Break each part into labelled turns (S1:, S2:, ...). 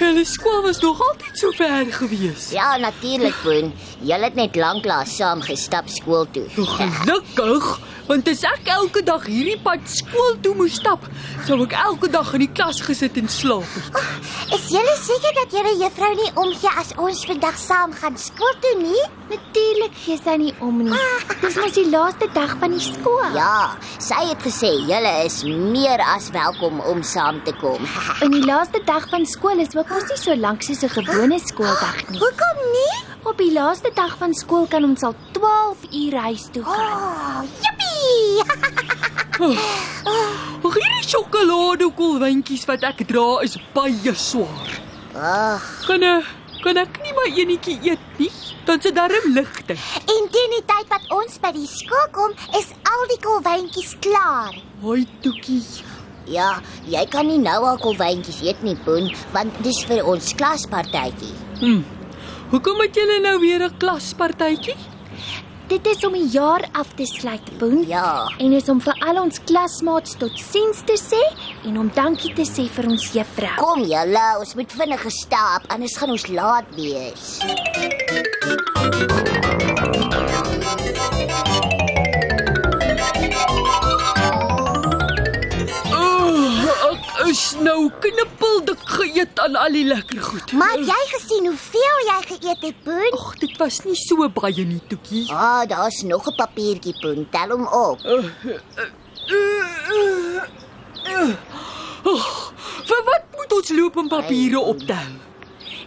S1: my skool was nog altyd so ver gewees.
S2: Ja, natuurlik, Boen. Julle het net lanklaas saam gestap skool toe.
S1: Gelukkig, want as ek elke dag hierdie pad skool toe moes stap, sou ek elke dag in die klas gesit en slaap het.
S3: Is julle seker dat julle juffrou nie omgee as ons vandag saam gaan skool toe nie?
S4: Natuurlik gee sy nie om nie. Dis mos die laaste dag van die skool.
S2: Ja, sy het gesê julle is meer as welkom om saam te kom.
S4: En die laaste dag van skool is ook mos nie so lank soos 'n gewone skooldag nie.
S3: Hoekom nie?
S4: Op die laaste dag van skool kan ons al 12 uur huis toe
S2: Ah.
S3: Oh,
S4: gaan.
S3: jippie!
S1: Maar hierdie sjokoladekolwyntjies wat ek dra is baie swaar.
S2: Ag,
S1: Kan ek kan ek nie my enetjie eet nie? Dan se darm ligter.
S3: En teen die tyd wat ons by die skool kom, is al die kolwyntjies klaar.
S1: Hoi toekie.
S2: ja, jy kan nie nou al kolwyntjies eet nie, Boen, want dis vir ons klaspartytjie.
S1: Hm. Hoekom het julle nou weer 'n klaspartytjie?
S4: Dit is om die jaar af te sluit, Boen.
S2: Ja,
S4: En is om vir al ons klasmaats totsiens te sê en om dankie te sê vir ons juffrou.
S2: kom julle, ons moet vinnig gestap, anders gaan ons laat wees.
S1: Ooh, ek is nou knippeldik geëet aan al die lekker goed.
S3: Maar het jy gesien hoeveel jy geëet het, Boen?
S1: Ag, dit was nie so baie nie, Toekie.
S2: Ah, daar's nog 'n papiertjie, Boen, tel hom op.
S3: Oh.
S1: Ag, vir wat moet ons loop om papiere op te hou?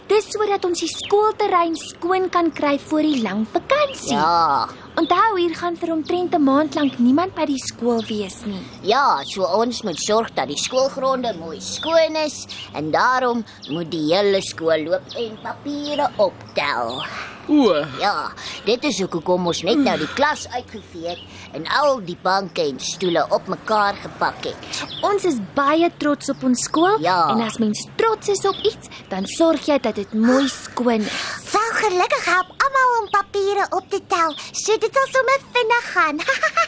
S4: Dis sodat ons die skoolterrein skoon kan kry vir die lang vakansie.
S2: Ja,
S4: Onthou hier gaan vir omtrent 'n maand lank niemand by die skool wees nie.
S2: ja, so ons moet sorg dat die skoolgronde mooi skoon is en daarom moet die hele skool loop en papiere optel.
S1: O,
S2: Ja, dit is ook hoekom ons net nou die klas uitgevee het en al die banke en stoele op mekaar gepak het.
S4: Ons is baie trots op ons skool
S2: Ja.
S4: en as mens trots is op iets, dan sorg jy dat dit mooi skoon is.
S3: Wel gelukkig help almal om papiere op te tel, so dit sal sommer vinnig gaan.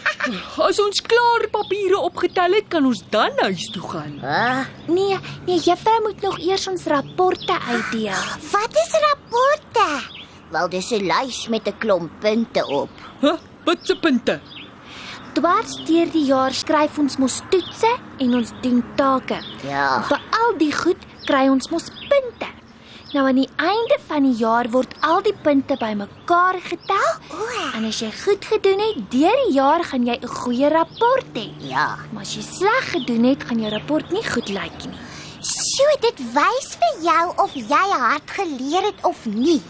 S1: as ons klaar papiere opgetel het, kan ons dan huis toe gaan.
S2: Ah,
S4: Nee, nee, juffrou moet nog eers ons rapporte uitdeel.
S3: Wat is rapporte?
S2: wel dis 'n lys met 'n klomp punte op.
S1: Hæ? Wat se punte?
S4: Dwars deur die jaar skryf ons mos toetse en ons doen take.
S2: Ja,
S4: Vir al die goed kry ons mos punte. Nou aan die einde van die jaar word al die punte bymekaar getel.
S3: Oh,
S4: En as jy goed gedoen het deur die jaar, gaan jy 'n goeie rapport hê.
S2: ja.
S4: Maar as jy sleg gedoen het, gaan jou rapport nie goed lyk nie.
S3: Sjoe, dit wys vir jou of jy hard geleer het of nie.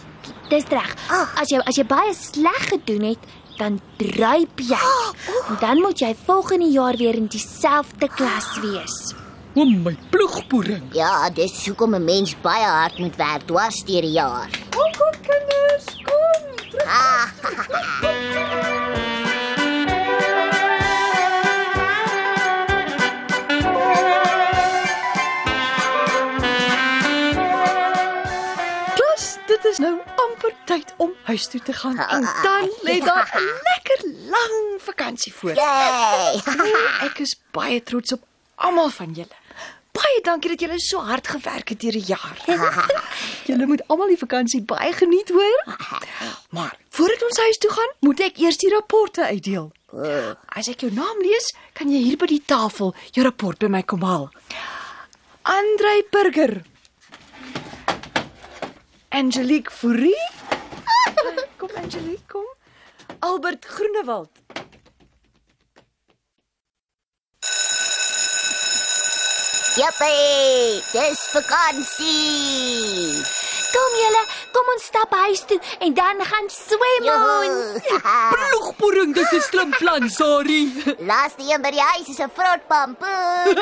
S4: Dis reg.
S1: Ah.
S4: As jy as jy baie sleg gedoen het, dan druip jy.
S1: Ah,
S4: En dan moet jy volgende jaar weer in dieselfde klas wees.
S1: O my ploegboering.
S2: Ja, dis hoekom 'n mens baie hard moet werk dwars deur die jaar.
S1: Kom kom kinders, kom.
S2: Ah,
S5: Klas, dit is nou amper tyd om huis toe te gaan
S3: Ah,
S5: en dan lê daar 'n lekker lang vakansie
S3: Ja,
S5: voor.
S2: yay.
S5: Ek is baie trots op almal van julle. Baie dankie dat julle so hard gewerk het hierdie jaar. Julle moet almal die vakansie baie geniet hoor. Maar voordat ons huis toe gaan, moet ek eers die rapporte uitdeel. As ek jou naam lees, kan jy hier by die tafel jou rapport by my kom haal. Andrei Burger. Angelique Fourie. Kom Angelique, kom. Albert Groenewald.
S2: Jippie, dis vakansie.
S4: Kom julle, kom ons stap huis toe en dan gaan swem
S1: Ja.
S4: ons.
S2: Joho.
S1: Ploegboering, dis 'n slim plan, sorry.
S2: Laaste een by die huis is 'n vrot pampoen.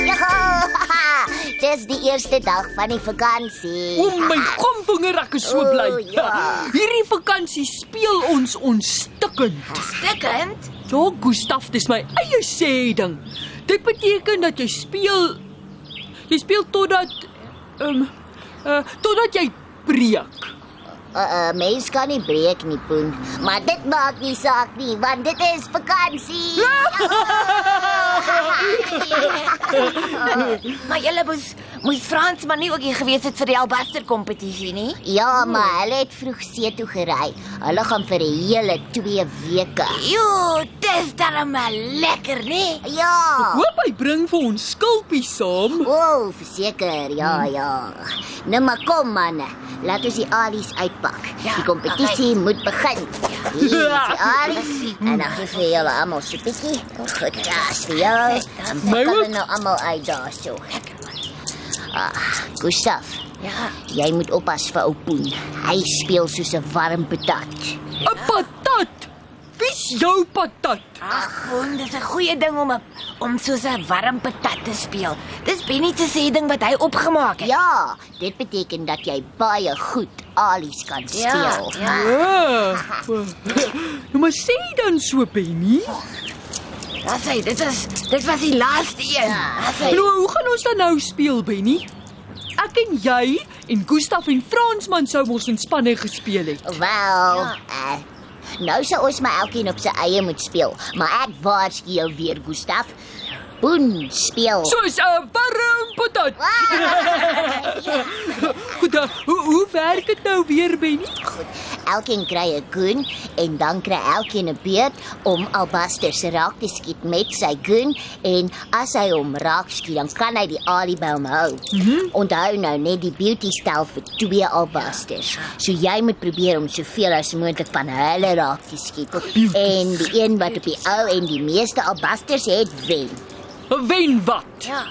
S2: Joho. Dis die eerste dag van die
S1: O
S2: vakansie.
S1: my gomvinger, ek is so
S2: O,
S1: bly.
S2: ja.
S1: Hierdie vakansie speel ons ons stikkend.
S5: Stikkend.
S1: Ja, Gustaf, dis my eie sê ding. Dit beteken dat jy speel jy speel totdat ehm um, uh, totdat jy preek.
S2: Uh, uh, mens kan nie breek nie, Poen. Maar dit maak nie saak nie, want dit is vakansie.
S6: Maar julle moes moes Frans maar nie ook hier gewees het vir die Albaster kompetisie nie.
S2: Ja, maar hulle het vroeg see toe gery. Hulle gaan vir 'n hele 2 weke.
S6: Jo, dis darem maar lekker, nee.
S2: Ja.
S1: Hoop hy bring vir ons skulpie saam.
S2: O, oh, verseker. Ja, ja. Nou maar kom manne, laat ons die alies uitpak.
S6: Ja,
S2: die kompetisie moet begin. Hier is die alies en dan gee vir julle almal so 'n bietjie. Goed, daar's vir jou. En
S1: My
S2: pak hulle
S1: ook.
S2: nou almal uit daarso. Ah, Gustav,
S6: Ja.
S2: jy moet oppas vir ou Poen. Hy speel soos 'n warm patat.
S1: 'n Patat. Wie's jou patat?
S6: Ag, Boon, dis 'n goeie ding om 'n om soos 'n warm patat te speel. Dis Benny se sê ding wat hy opgemaak het.
S2: Ja, dit beteken dat jy baie goed alies kan steel.
S6: ja.
S1: Ja. Nou maar sê dan so Benny.
S6: Dis hy, dit is dit was die laaste een.
S2: Ja.
S6: Dis hy.
S1: Nou hoe gaan ons dan nou speel Benny? Ek en jy en Gustaf en Fransman sou mos in spanne gespeel het.
S2: Wel,
S6: Ja.
S2: eh, nou sou ons maar elkeen op sy eie moet speel, maar ek waarsku jou weer, Gustaf. Boen speel.
S1: Soos 'n warm patat. Goed, eh, hoe hoe werk dit nou weer Benny?
S2: Elkeen kry 'n goon en dan kry elkeen 'n beurt om Albaster se raak te skiet met sy goon en as hy hom raak skiet, dan kan hy die alie by hom hou. Mm -hmm. Onthou nou net die beauty stel vir twee Albasters. So jy moet probeer om soveel as moontlik van hulle raak te skiet en die een wat op die ou en die meeste Albasters het wen.
S1: Wen wat?
S6: Ja.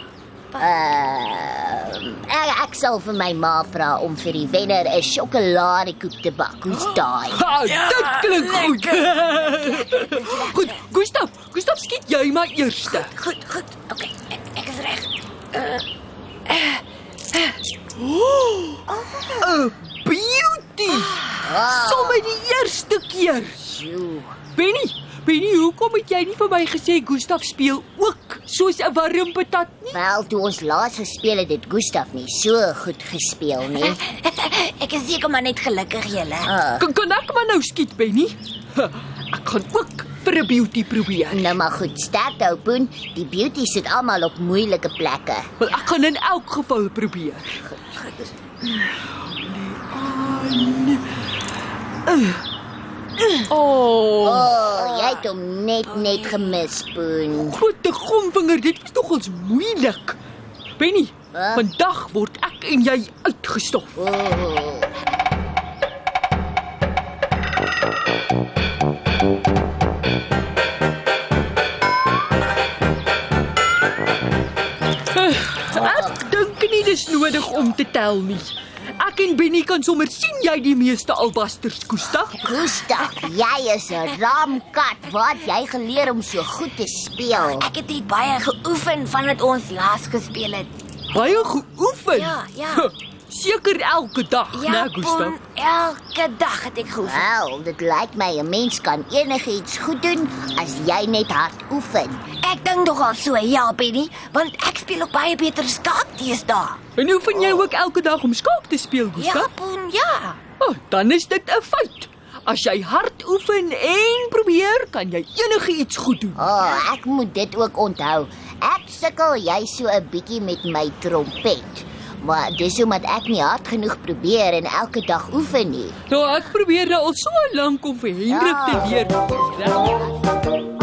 S2: Uh, ek, ek sal vir my ma vra om vir die wenner 'n sjokoladekoek te bak. Hoe's daai?
S1: Ha, dit klink goed. goed, Gustaf, Gustaf skiet jy maar eerste.
S6: Goed, goed. Okay, ek, ek is reg.
S1: 'n Beauty. Sommige die eerste keer.
S2: Joe.
S1: Benny, Benny, hoekom het jy nie vir my gesê Gustaf speel ook soos 'n warm patat nie?
S2: Wel, toe ons laas gespeel het, het Gustaf nie so goed gespeel nie.
S6: Ek is seker maar net gelukkig julle.
S2: Uh,
S1: Kan, kan ek maar nou skiet, Benny? Ha, Ek gaan ook vir 'n beauty probeer.
S2: nou maar goed, sterkte ou Boen. Die beauties sit almal op moeilike plekke.
S1: Wel, ek gaan in elk geval probeer. Nee, ah, nee. Uh, uh.
S2: O,
S1: Oh,
S2: oh, jy het hom net net gemis, Boen.
S1: grote gomvinger, dit was tog ons moeilik. Benny,
S2: Wat?
S1: vandag word ek en jy uitgestof.
S2: O, oh,
S1: Ek dink nie dis nodig om te tel nie. Ek en Benny kan sommer sien jy die meeste albasters koestag.
S2: Gustaf, jy is 'n ramkat. Wat het jy geleer om so goed te speel?
S6: Ek het hier baie geoefen vandat ons laas gespeel het.
S1: Baie geoefen.
S6: Ja, ja.
S1: Huh, Seker elke dag, né, Nou, Gustav?
S6: Boon, elke dag het ek geoefen.
S2: Wel, dit lyk my 'n mens kan enigiets goed doen as jy net hard oefen.
S6: Ek dink nog al so, ja, Benny, want ek speel ook baie beter skaak teesdae.
S1: En hoe vind jy ook elke dag om skaak te speel,
S6: Ja,
S1: Gustav?
S6: Boon, ja.
S1: Oh, dan is dit 'n feit. As jy hard oefen en probeer, kan jy enige iets goed doen.
S2: O, oh, ek moet dit ook onthou. Ek sukkel jy so 'n bietjie met my trompet. Maar dis omdat ek nie hard genoeg probeer en elke dag oefen nie.
S1: Nou ek probeer nou al so lank om vir Hendrik te leer. Reg?